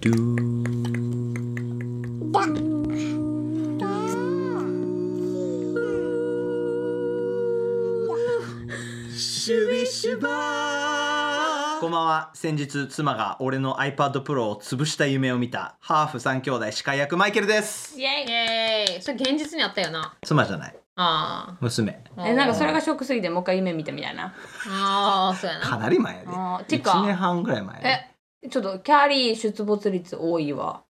ドゥーシュビシュバこんばんは先日妻が俺の iPad Pro を潰した夢を見たハーフ三兄弟司会役マイケルですイエイイエーイそれ現実にあったよな妻じゃないあ娘あえなんかそれがショックすぎてもう一回夢見たみたいなああそうやかななり前やであーてか1年半ぐらい前やでえちょっとキャリー出没率多いわ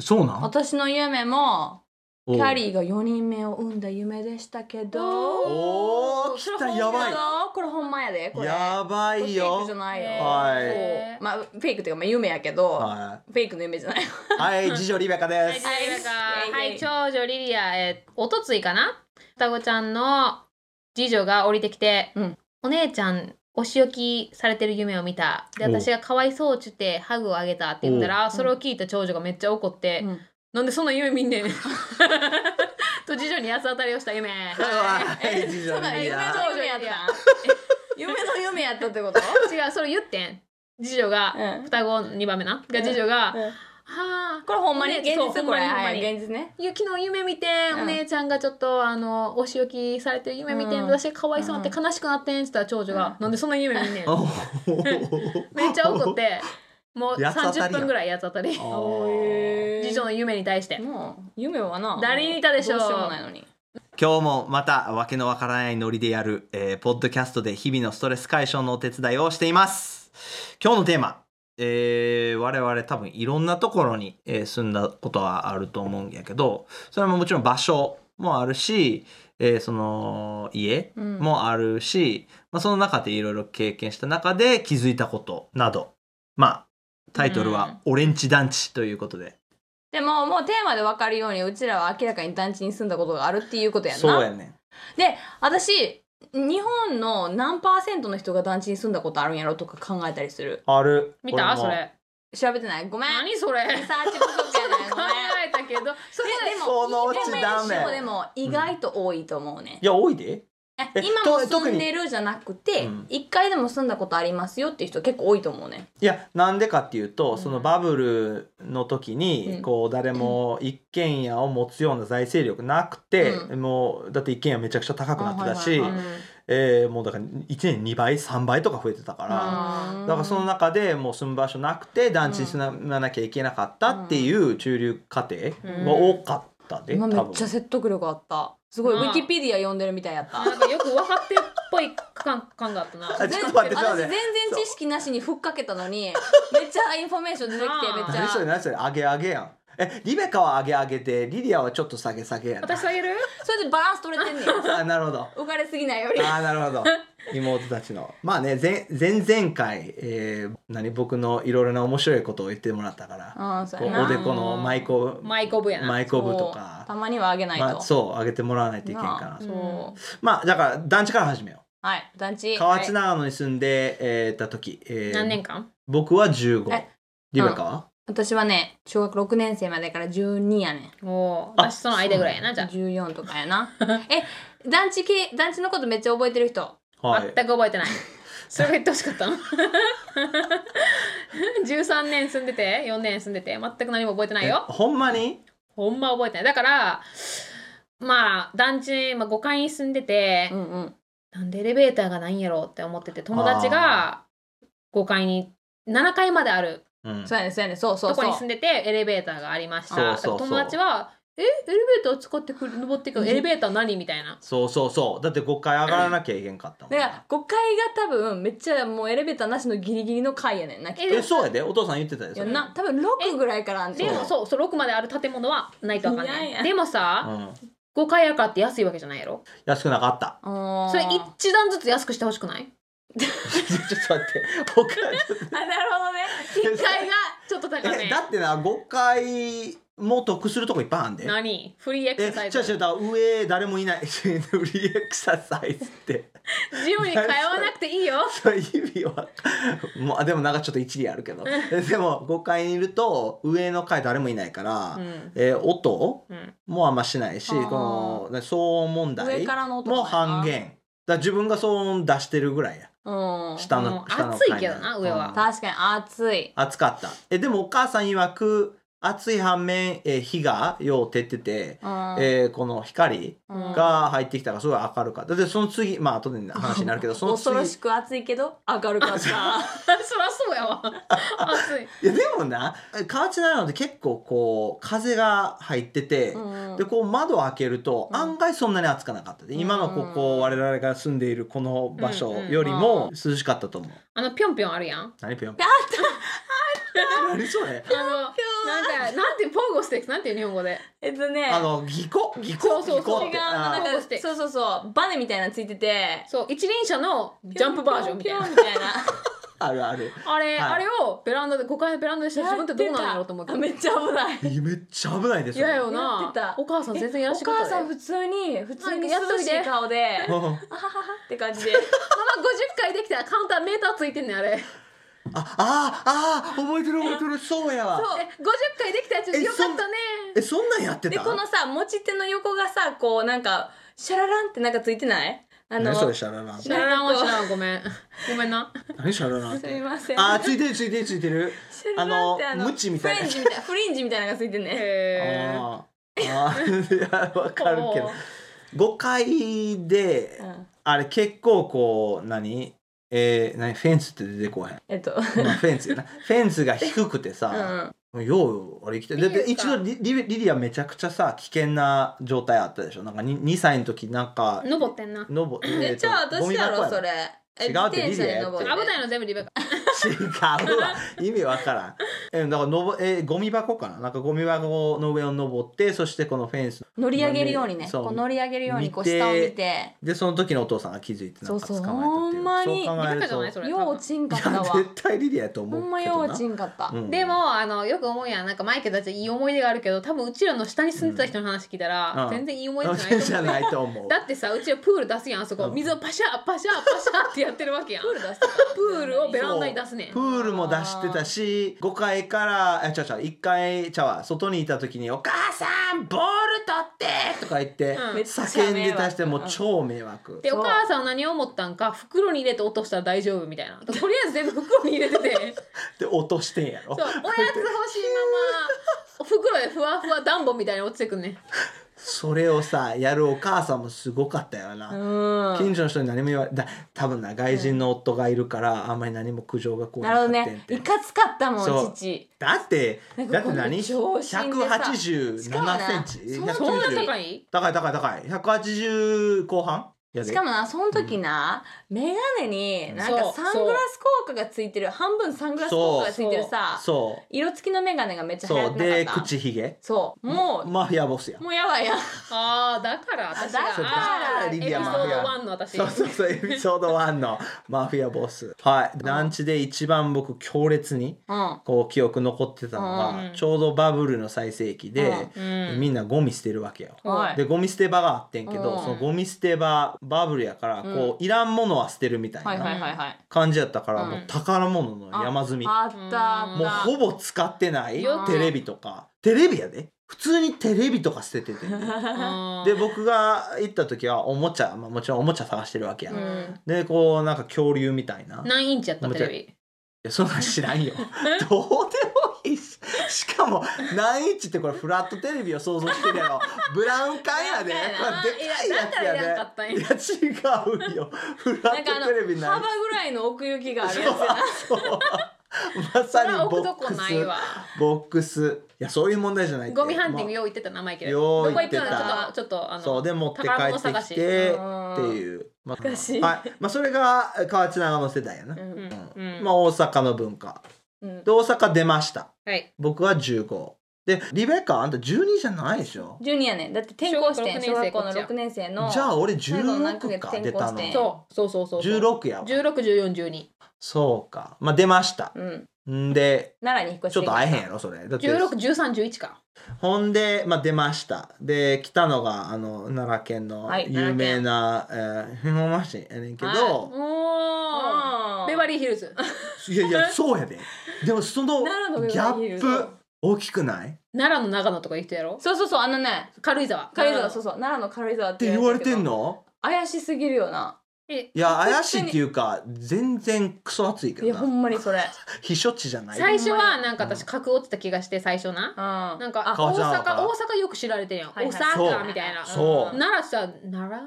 そうなん私の夢もおキうャリーが4人目を産んだ夢でしたけどおー来たやばいこれほんまやでこれやばいフェイクよじゃないよ、はいそうまあフェイクっていうかまあ夢やけど、はフェイクの夢じゃないい、はい、次女リベカですはいリリアかははいい長女リリアえーおとついかな双子ちゃんの次女が降りてきて、うんお姉ちゃんお仕置きされてる夢を見たでお私がかわいそうっちゅってハグをあげたって言ったらそれを聞いた長女がめっちゃ怒って、うんなんでそんな夢見 んねんと次女に八つ当たりをした夢はい次女そんなリ夢ベのカ夢やった夢の夢やったってこと違うそれ言ってん次女が、うん双子2番目なが次女が、うんはあこれほんまにお現姉そう実こほんまれにほんはまにい現実ねゆきの夢見て、うんお姉ちゃんがちょっとあのお仕置きされてる夢見て、うん私かわいそうになって悲しくなってんっつったら長女が、うんなんでそんな夢見んねんおーめっちゃ怒ってもう八つ当たりや30分ぐらい八つ当たりあー次女の夢に対してもう夢はな誰に似たでしょうどうしようもないのに今日もまたわけのわからないノリでやる、えーポッドキャストで日々のストレス解消のお手伝いをしています今日のテーマ、えー我々多分いろんなところに、えー住んだことはあると思うんやけどそれももちろん場所もあるし、えーその家うんもあるし、まあ、その中でいろいろ経験した中で気づいたことなどまあタイトルは「俺んち団地」ということで、でももうテーマで分かるようにうちらは明らかに団地に住んだことがあるっていうことやんなそうやねんで私日本の何パーセントの人が団地に住んだことあるんやろとか考えたりするある見た俺もそれ調べてないごめんリ何それサーチ不足やねん考ごめんえたけどそれででもそのうちダメでもでも意外と多いと思うねい、や多いでえ今とも住特んにでるじゃなくてうん一、回でも住んだことありますよっていう人結構多いと思うねいやなんでかっていうと、うんそのバブルの時に、うんこう誰も一軒家を持つような財政力なくて、うもうだって一軒家めちゃくちゃ高くなってたあし、はいはいはえーもうだから1年2倍3倍とか増えてたから、あーだからその中でもう住む場所なくて団地に住まなきゃいけなかったっていう中流家庭が多かったで、今め多っ分ちゃ説得力あったすごいウなあィキペディア読んでるみたいやったなんかよく分かってるっぽい感感があったなあちょっと待ってちょっと私待っ全て然知識なしにふっかけたのにめっちゃインフォメーション出てきてめっち何それゃ何それあげあげやんえリベカはあげあげでリリアはちょっと下げ下げやな私あげるそれでバランス取れてんねんあなるほど浮かれすぎない よりああなるほど妹たちのまあね前前々回、えー何僕のいろいろな面白いことを言ってもらったからうんそうこやうなおでこの舞コマイコブやな舞コブとそうかたまにはあげないと、まあ、そうあげてもらわないといけんかななあそううんまあだから団地から始めよはい団地う河内長野に住んで、えーた時、えー何年間僕は15えリベカは、私はね小学6年生までから12やねおーあ私その間ぐらいやなじゃ14とかやなえ団地系団地のことめっちゃ覚えてる人あはい全く覚えてないそれが言ってほしかったの 13年住んでて4年住んでて全く何も覚えてないよえほんまにほんま覚えてないだからまあ団地、まあ、5階に住んでてう、んうんなんでエレベーターがないんやろうって思ってて友達が5階に7階まであるうんそうやねそうやねそうそとうそこうに住んでてエレベーターがありましたそうそうそうだから友達は「えエレベーター使ってくる登ってくうんるエレベーター何?」みたいなそうそうそうだって5回上がらなきゃいけんかったもんだなから5階が多分めっちゃもうエレベーターなしのギリギリの階やねんなきっええそうやでお父さん言ってたでとそやれんな多分6ぐらいからあんねんでもそうそう6まである建物はないとわかんなやいいやでもさ、うん、 5階やからって安いわけじゃないやろ安くなかったそそれ一段ずつ安くしてほしく ない ちょっと待って僕はちょっと あなるほどね1階がち ょっと高えめだってな5階も得するとこいっぱいあんで何フリーエクえササイ違う違ズうだから上誰もい ないフリーエクササイズってジムに通わなくてい いよそう意味はもうでもなんかちょっと一理あるけどえでも5階にいると上の階誰もいないから、うんえー音うんもあんましないしあーこのね騒音問上題からの音とかもやな半減だから自分が騒音出してるぐらいやうん下のもう下の暑いけどな上はうん確かに暑い暑かったえでもお母さん曰く暑い反面、えー火がよう照ってて、うんえーこの光うんが入ってきたからすごい明るかったでその次まあ後で話になる けどその恐次ろしく暑いけど明るかった そりゃそうやわ 暑いいやでもな河内長野って結構こう風が入ってて、うんでこう窓を開けるとうん案外そんなに暑くなかったで、今のここうん我々が住んでいるこの場所よりもう涼しかったと思う。あのぴょんぴょんあるやんあ何ぴょんあっ何それのなんかなんて防護してなんていう日本語で たえっとねあのぎこぎこそうそうぎこそっ違ううてのあなーんこうかしてそうそうそうバネみたいなのついててそう一輪車のジャンプバージョンみたいなピョンピョンみたいなあるあるあれ、はいあれをベランダで5階のベランダでした ら自分ってどうなんやろうと思うけあどめっちゃ危ないえめっちゃ危ないです嫌よなやってたお母さん全然やらおしかった母でさん普通に普通になんかやっ涼といしてい顔でうんああはははって感じ でママ50回できたらカウンターメーターついてんねんあれああー覚えてる覚えてるそうやわそうえ50回できたやつえよかったねえそんなんやってでたこのさ持ち手の横がさこうなんかシャラランってなんかついてないあの何それシャララン知らんわ知らんごめんごめんな何シャラランっすみてませんあーついてるついてるついてるシャラランってああののムチみたいなフリンジみたいなフリンジみたいなのがついてんねへえあーあー いやわかるけど5階でうんあれ結構こう何えー、何フェンスって出てこうへ ん、えっとまあ、フェンスやなフェンスが低くてうさ、んようあれ来てだっていいで一すか度リリリリアめちゃくちゃさ危険な状態あったでしょなんか 2, 2歳の時なんか登ってんなのぼえーえとじゃあ私やゴろミ箱それえ違自うって転車で危登リるレーやないの全部リベカ違うわ意味わからんえだからのぼえーゴミ箱かななんかゴミ箱の上を登ってそしてこのフェンス乗り上げるようにねそうこう乗り上げるようにこう見て下を見てでその時のお父さんが気づいてなんか捕そうそうまえたっていうほんそまにう考えるとリベカじゃないそれようちんかっいたやわ絶対リリアやと思ほうけどなんまようちんかったうんでもあのよく思うやんなんかマイケルたちいい思い出があるけど多分うちらの下に住んでた人の話聞いたら、うんうん全然いい思い出じゃないじとゃ思うないと思うだってさうちらプール出すやんあそこ、うん水をパシャパシャパシ ャってやってるわけやんプール出してたプールをベランダに出すねんプールも出してたし5階からあちゃちゃ1階ちゃうわ外にいた時に「お母さんボール取って!」とか言って、うんめっちゃ叫んで出してもう迷惑超迷惑でそうお母さんは何を思ったんか袋に入れて落としたら大丈夫みたいなとりあえず全部袋に入れててで落としてんやろそうおやつ欲しいまま袋でふわふわ暖房みたいに落ちてくんねんそれをさやるお母さんもすごかったよな、うん近所の人に何も言われだ多分な外人の夫がいるからあんまり何も苦情がこうなるほどかってんねていかつかったもそうん父だってなんかだって何この長身でさ187しかもなセンチそんなそんな190高い高い高い高い180後半やでしかもなその時な、メガネになんそかうサングラス効果がついてる半分サングラス効果がついてるさそ色付きのメガネがめっちうゃ流行そっうてでなかった口ひげそうもう、マフィアボスやもうやばいやんああだから私がだからあーエリピリソアーマド1の私そうそうそうエピソード1のマフィアボスはい団地で一番僕強烈にうんこう記憶残ってたのが、うんちょうどバブルの最盛期で、うんみんなゴミ捨てるわけよ。はでゴミ捨て場があってんけど、うんそのゴミ捨て場バブルやからこう、いらんものは捨てるみたいはいはないはいはい感じやったから、うんもう宝物の山積みああったあうんっもうたほぼ使ってないよテレビとかテレビやで普通にテレビとか捨てててんでで僕が行った時はおもちゃ、まあ、もちろんおもちゃ探してるわけや、うんうんでこうなんか恐竜みたいな何インチやったテレビいやそんなん知ら んよどうでもいいししかも何インチってこれフラットテレビを想像してるや ろブラウン管やでこブラウン管れでかいやつやでいやだからいらんかったんやいや違うよフラなッんかトあのテレビない幅ぐらいの奥行きがあるやつやなそうまそされにはボ置くとッこクないわスボックスいやそういう問題じゃないってゴミハンティングまよう言ってた名前けよどうどこ言っ行てくたのかちょっとちょっとああのそうで持って帰宝物って探きしてうんっていう、まあ、難しいはいまあ、それが河内長野世代やな、うんうんうんまあ、大阪の文化うんで大阪出ましたはい僕は15でリベカあんた12じゃないでしょジュニアねだって転校してん小小学学校校のの六6年生のじゃあ俺最後の何ヶ16月か転校出たのしてそうそうそうそうそう16やわ16 14 12そうかまあ出ましたうん、んで奈良に引っ越しちてょっと会えへんやろそれだって16 13 11かほんで、まあ、出ましたで来たのがあの奈良県のはい有名なえー浜松、市やねんけど、はおうんベバリーヒルズい、やいやそうやででもそのギ奈良のャ上がいッるプ大きくないっ奈良の長野とか言う人やろそうそうそうあのね軽井沢軽井沢そううそう奈良の軽井沢って言われてんの怪しすぎるよなえいや怪しいっていうか全然クソ暑いけいやほどなんまにそれ避暑地じゃない最初はなんかうん私格落ちた気がして最初なななんかああ顔大じゃなかっ阪た大阪よく知られてんやん、はいはい大そう阪みたいなそうならさなら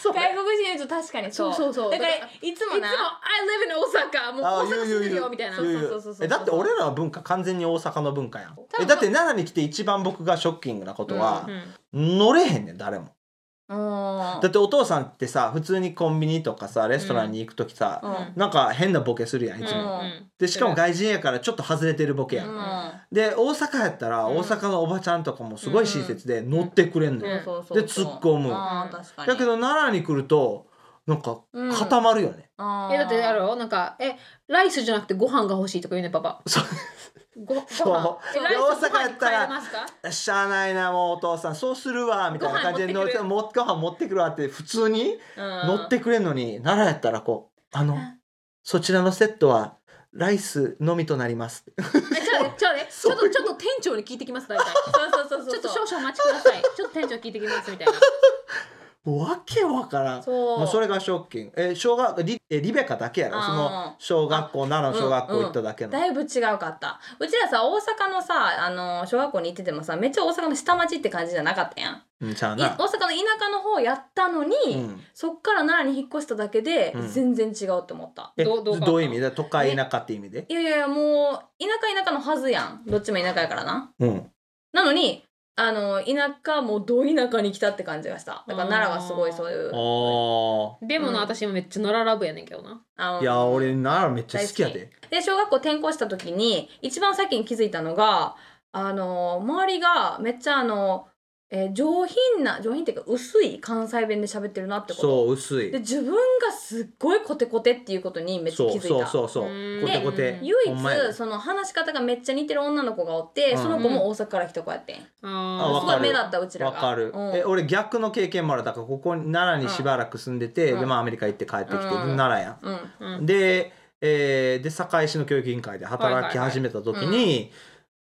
そう外国人の人確かにそそううそうそだうからいつもいつも「I な live in 大阪」もうあ大ー言阪う住んで言うる言うよみたいなそうそうそうそうそうえだって俺らの文化完全に大阪の文化やん分えだって奈良に来て一番僕がショッキングなことはう、ん乗れへんねん誰もうんだってお父さんってさ普通にコンビニとかさレストランに行く時さ、うんなんか変なボケするやんいつも、うんでしかも外人やからちょっと外れてるボケやん、うんで大阪やったらうん大阪のおばちゃんとかもすごい親切で乗ってくれんのよ、そうそうそうで突っ込むあー確かにだけど奈良に来るとなんか固まるよね、あーえだってやろなんか「えライスじゃなくてご飯が欲しい」とか言うねパパそうごご飯そうえでライスと大阪やったらご飯に変えれますかしゃあないなもうお父さんそうするわみたいな感じで乗ご飯持っっててごくる飯持ってくるわって普通に乗乗ってくれんのに、奈良やったらこうあのそちらのセットはライスのみとなりますえちょっとねちょっとねちょっとちょっと店長に聞いてきます 大体そうそうそうそちょうっと少々お待ちくださいちょっと店長聞いてきますみたいな わけわからんそうもうそれがショッキングえ小学リえリベカだけやろあーその小学校奈良の小学校行っただけの、だいぶ違うかったうちらさ大阪のさあの小学校に行っててもさめっちゃ大阪の下町って感じじゃなかったやんいうんちゃう大阪なの田舎の方やったのに、うんそっから奈良に引っ越しただけで、うん全然違うって思ったえどうどうかどういう意味で都会田舎って意味でいやいやいやもう田舎田舎のはずやんどっちも田舎やからなうんなのにあの田舎もうど田舎に来たって感じがしただから奈良はすごいそういうあーでもなうん私もめっちゃ奈良ラブやねんけどなあのいや俺奈良めっちゃ好きや大でで小学校転校した時に一番先に気づいたのがあの周りがめっちゃあの、えー上品な上品っていうか薄い関西弁で喋ってるなってことそう薄いで自分がすっごいコテコテっていうことにめっちゃそ気づういたそうそうそううんコテコテで唯ほんまや一その話し方がめっちゃ似てる女の子がおっうて、んその子も大阪から来た子やってん、すあわあかごいる目立ったうちらわがかる、うんえ俺逆の経験もあるだからここに奈良にしばらく住んでて、うんでまあアメリカ行って帰ってきて、うんで奈良やうんうんんで,、えーで堺市の教育委員会で働き始めた時に、はいはい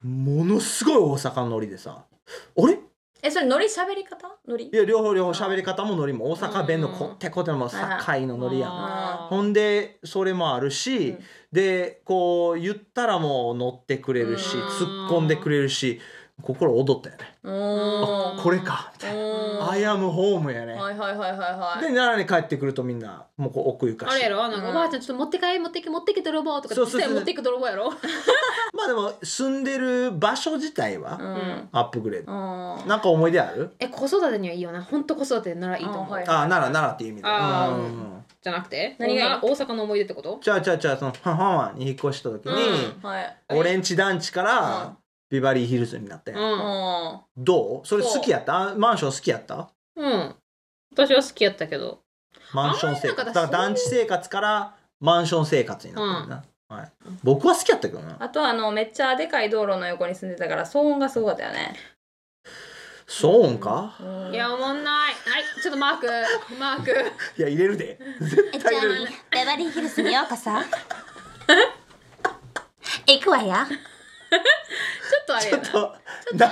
ものすごい大阪のノリでさあれえそれノリ喋り方ノリいや両方両方喋り方もノリも大阪弁のこってこての堺のノリやん、あーほんでそれもあるし、うんでこう言ったらもう乗ってくれるし、うん突っ込んでくれるし心躍ったよね、うーんこれかみたいな。うんアイアムホームやね。はいはいはいはいはいで奈良に帰ってくるとみんなもうこう奥ゆかあしれいやろなんか、うんおばあちゃんちょっと持って帰持ってけ持ってけ泥棒とかそうそうそう実際持ってけ泥棒やろまあでも住んでる場所自体はうんアップグレード、うんなんか思い出あるえ子育てにはいいよな本当子育てならいいと思う、あはいああ奈良奈良っていう意味であーうんじゃなくて何がいいな大阪の思い出ってことじゃあじゃあじゃあそのハンハンワンに引っ越した時に、うんはい俺んち団地かうらんビバリーヒルズになったうやん、ん、うんどうそれ好きやったあマンション好きやったうん、私は好きやったけどマンション生あ活んまりなんだかだから団地生活からマンション生活になったんだ、はい、僕は好きやったけどなあとあのめっちゃでかい道路の横に住んでたから騒音がすごかったよね。そうンか、うんいやおもんないはいちょっとマークマークいや入れるで絶対入れるベバリーヒルズにようこ そ行くわよちょっとあれちょやっなと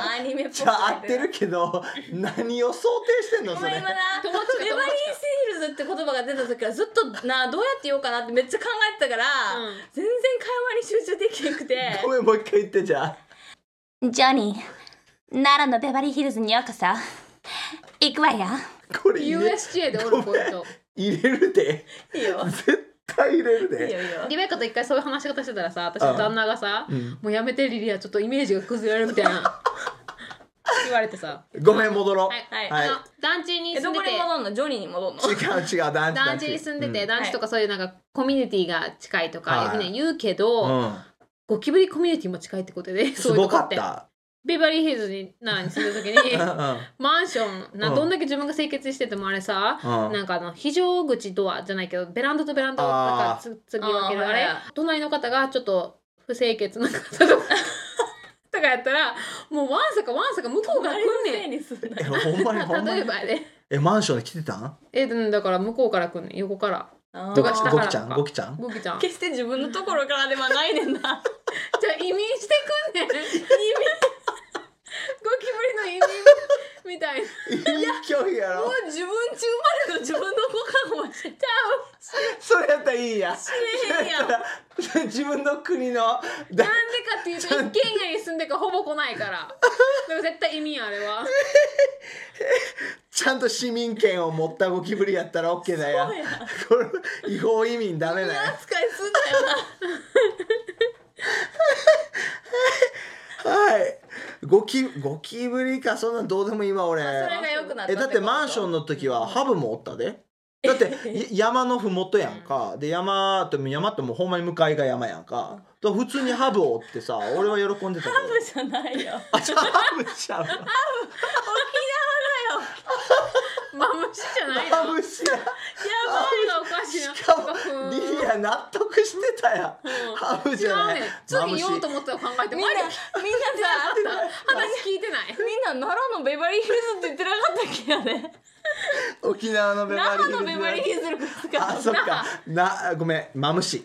なアニメっぽくじゃあ合ってるけ ど何を想定してんのおそ前れ今な「ベ友達バリーヒルズ」って言葉が出た時からずっとなどうやって言おうかなってめっちゃ考えてたから、うん全然会話に集中できなくてごめんもう一回言ってじゃあジョニー奈良のベバリーヒルズにようこそ行くわよこれ入れ USJ でおるポイント入れるでいいよ絶対入れるいいよでいいよリベッカと一回そういう話し方してたらさ私の旦那がさ、うんもうやめてリリアちょっとイメージが崩れるみたいな言われてさごめん戻ろうはい、はいはいあの団地にえ住どんでこてに戻んのジョニーに戻んの違う違う団地団地に住んでて、うん団地とかそういうなんかコミュニティが近いとかいうふうはいに言うけど、うんゴキブリコミュニティも近いってことで、すそういうごとこかっ。ってたベバリーヒルズになに住んだ時うんう に、んマンション、なうんどんだけ自分が清潔しててもあれさ、うんなんかあの非常口ドアじゃないけどベランダとベランダをあーなんかつつぎ分けるあーあれはいはい隣の方がちょっと不清潔な方 とかとかやったらもうわんさかわんさか向こうが来んねんにすんなえほんまにほんま例えにばやでえマンションに来てたんえうんだから向こうから来んねん横からよとゴか下かキらちゃんゴキちゃんゴキちゃんじゃ決して自分のところからではないねんなあ移民してくんねん移民ゴキブリの移民みたいないい距離やもろう自分ち生まれの自分の子か知れへんやんなんでか 自分の国のだっていうと一軒家に住んでるからほぼ来ないからでも絶対意味あれはちゃんと市民権を持ったゴキブリやったら OK だよそうやこれ違法移民ダメだよ扱いすんだよなはいゴキゴキブリかそんなんどうでも今俺それが良くなったえだってマンションの時はハブもおったでだってい山のふもとやんかで山って山ってもうほんまに向かいが山やんかだから普通にハブをおってさ俺は喜んでたけどハブじゃないよあじゃあハブちゃうわマムシじゃないのハブしややばいがおかしいなしかもうんリリア納得してたやんハブじゃない違うねマ次ムシ言おうと思ってたら考えてみんマなリみんなささ話聞いてないみんな奈良のベバリーヒルズって言ってなかったっけやね沖縄のベバリ那ー覇ヒルのズベバリーヒルズかあそっかなごめんマムシ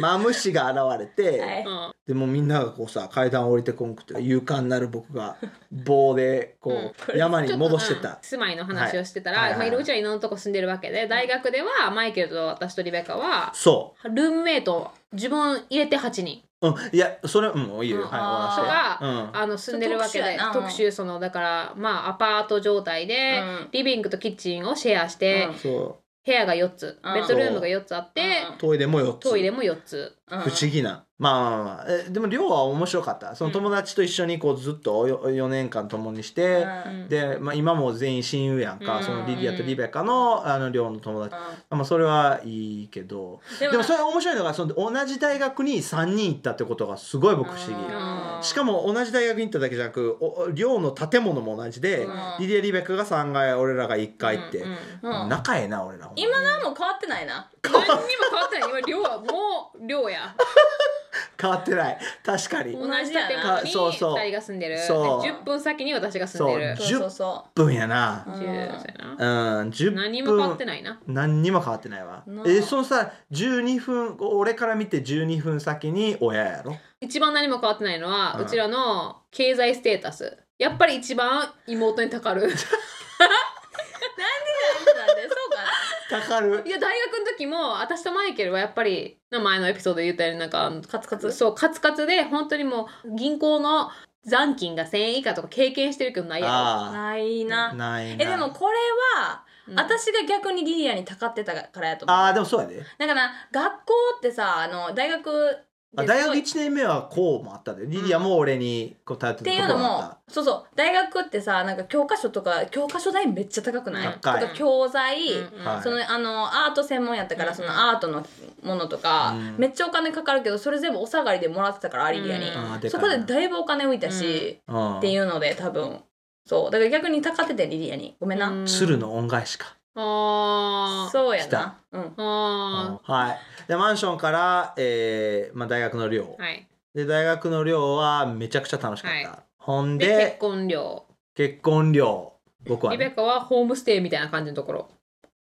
マムシが現れて、はいうんでもうみんながこうさ階段を降りてこんくて勇敢なる僕が棒でこう、山に戻してうんた、住まいの話をしてたら、はいいはいはまあ、いいろうちはいろんなとこ住んでるわけで大学ではマイケルと私とリベカはそルームメイト自分入れて8人う、うん、いやそれうんいいよ、うんはい終あとわか、らあの住んでるわけで特殊やな特殊そのだからまあアパート状態で、うんリビングとキッチンをシェアして、うんせて、うん、そ部屋が4つ、うんベッドルームが4つあって、うトイレも4つトイレも4つ、不不思議な、まあまあまあえでも寮は面白かったその友達と一緒にこうずっとよ4年間共にして、うんで、まあ、今も全員親友やんか、うんそのリリアとリベカのあの寮の友達、まあ、それはいいけどででももそれ面白いのがその同じ大学に3人行ったってことがすごい僕不思議うんしかも同じ大学に行っただけじゃなくおお寮の建物も同じで、うんリリア・リベックが3階俺らが1階って、うんうんうん仲ええな俺らほんま今何も変わってないな何にも変わってない今寮はもう寮や変わってない確かに同んじ建物にそう2そう人が住んでるでそう10分先に私が住んでるそそうそうそ分やなう10うんそうやなうん10分何も変わってないな何にも変わってないわなあえそのさ12分俺から見て12分先に親やろ一番何も変わってないのは、ううんちらの経済ステータスやっぱり一番妹にたかるなんでそうかなかかるいや大学の時も私とマイケルはやっぱり前のエピソードで言ったようになんかあのカツカツそうカツカツで本当にもう銀行の残金が1,000円以下とか経験してるけどないやあなあいなないなえでもこれはろ、うん私が逆にリリアにたかってたからやと思うああでもそうやでだから学校ってさあの大学ですごあい大学1年目はこうもあったでリリアも俺にこう頼っってていたうとのこもあっもそうそう大学ってさなんか教科書とか教科書代めっちゃ高くないと高いか教材、うんうんはいそのあのアート専門やったから、うんそのアートのものとか、うんめっちゃお金かかるけどそれ全部お下がりでもらってたからアリリアに、うんあーでかいそなこでだいぶお金浮いたし、た、うん、っていうので多分そうだから逆に高っててリリアにごめんな、うん鶴の恩返しか、あーそうや来たなうんあはいでマンションから、えーまあ、大学の寮、ーはいで大学の寮はめちゃくちゃ楽しかった、はほんで結で婚料結婚寮僕は、リベね、カはホームステイみたいな感じのところ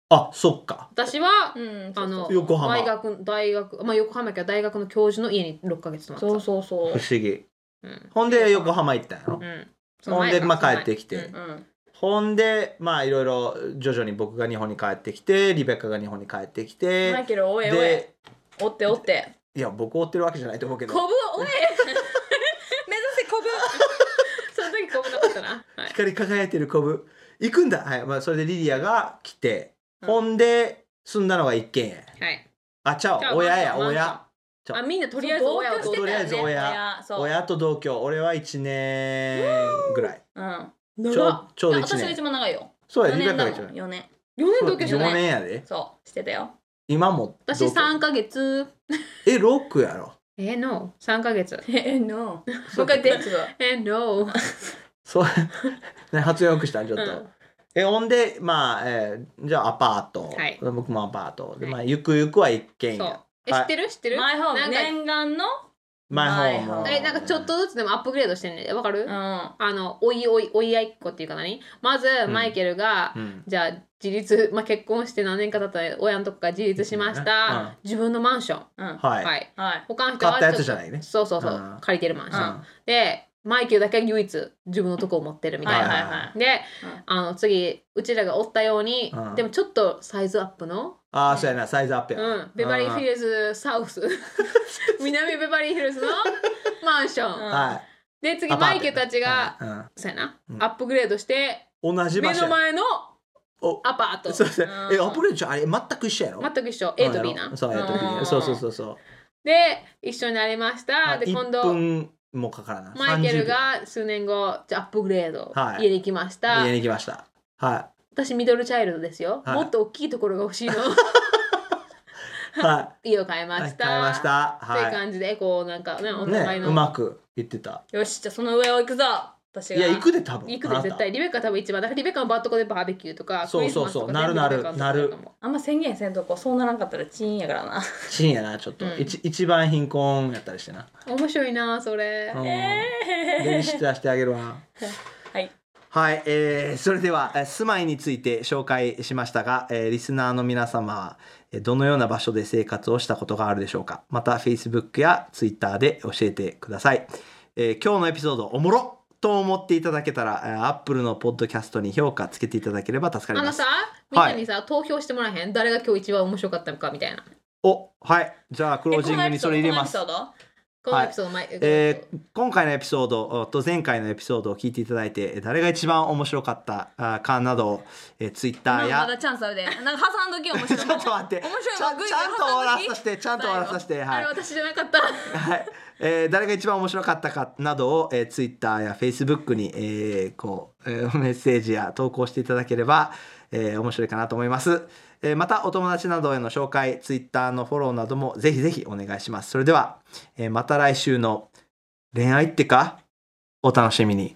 あそっか私は、うんあの横浜大学大学まあ横浜やけど大学の教授の家に6ヶ月泊まってたそうそうそう不そう思議うんほんで横浜行ったんやろ、うんほんでまあ帰ってきて、うんうんほんでまあいろいろ徐々に僕が日本に帰ってきてリベッカが日本に帰ってきマイてケルおえおえでおっておっていや僕追ってるわけじゃないと思うけコどブ おえ目指せコブその時こぶなかったな、はい、光り輝いてるコブ行くんだはい、まあ、それでリリアが来て、うんほんで住んだのが一軒家はい。あちゃうちゃう親やマンション親ちょあ、みんなとりあえず親を同居してとたりあよえねず親そう親と同居俺は1年ぐらいうんち長ょっ。ちょうど1私が年一番長いよそうや4リベッ年カがだも一ん番4年4年同居して4ない。年やでそうしてたよ今も私3三ヶ月。え6やろえ、no。3ヶ月。ええのもう一回言ってちょっえ、no。 そうね発音よくしたんちょっと、うんえほんでまあ、えーじゃあアパート、はい僕もアパートで、はいまあ、ゆくゆくは一軒そう家。え、知はいってる知っとてるマイホーなムんか念願のマイホームマイホームえ、なんかちょっとずつでもアップグレードしてんね。わかうるんあの、おいおい、おいあいっ子っていうか何まず、んマイケルがう、んじゃあ自立、まあ、結婚して何年か経ったら親のとこから自立しました。自分のマンション。うんはい、はい。はい他の人買はったやつじゃないね。そうそうそううん借りてるマンショうン。で、マイケルだけ唯一自分のとこを持ってるみたいな。はいはいはいで、うんあの次うちらがおったように、うんでもちょっとサイズアップの、ああそうやなサイズアップうや、ん、ベバリーヒルズ サウス南ベバリーヒルズのマンション、うんはでい次マイケルたちが、うんうんそうやな、うんアップグレードして同じ目場所のや前のおアパートそうそううんえアップグレードちゃうあれ全く一緒やろ全く一緒 A と B うなんそう A と B うやんそうそうそうそうで一緒になりましたで一今度分もかからないマイケル30が数年後じゃあアップグレード、はい家に来まし秒た家に来ましたは私ミドルチャイルドですよ、はいもっと大きいところが 欲しいのいは家を買い いまはいした、買いましたというは感じでこうなんかねおいね互いの、うまくいってたよしじゃあその上を行くぞ私いがや行くで多分行くあでなた絶対リベッカ多分一番だからリベッカのバーとこでバーベキューとかそうそうそうクリスマスとか全部リベッカのとこやと思うあんま宣言せんとこそうならんかったらチーンやからな深夜なちょっと、うん一一番貧困やったりしてな、面白いなそれ、うん、え出して出してあげるわはいはい、えーそれではえー住まいについて紹介しましたが、えーリスナーの皆様はえーどのような場所で生活をしたことがあるでしょうかまた Facebook や Twitter で教えてください、えー今日のエピソードおもろと思っていただけたらえー Apple のポッドキャストに評価つけていただければ助かりあまのすさみんなにさ、投票してもらえへん誰が今日一番面白かったのかみたいなおはいじゃあクロージングにそれ入れますえこのエピソードこのエピソードこのエピソード前、えー今回のエピソードと前回のエピソードを聞いていただいて誰が一番面白かったあかなどを、えー、Twitter まやだチャンスあるでなんか挟んどき面ち白ょいっと 待って。ち面白いゃわんグイグイちゃんと挟んど終わきらさせて、ちゃんと終わらさせて、あはれい。私じゃなかったはい。えー誰が一番面白かったかなどを、えー、Twitter や Facebook に、えーこう、えーメッセージや投稿していただければ、えー面白いかなと思います。えーまたお友達などへの紹介、Twitter のフォローなどもぜひぜひお願いします。それでは、えーまた来週の恋愛ってかお楽しみに。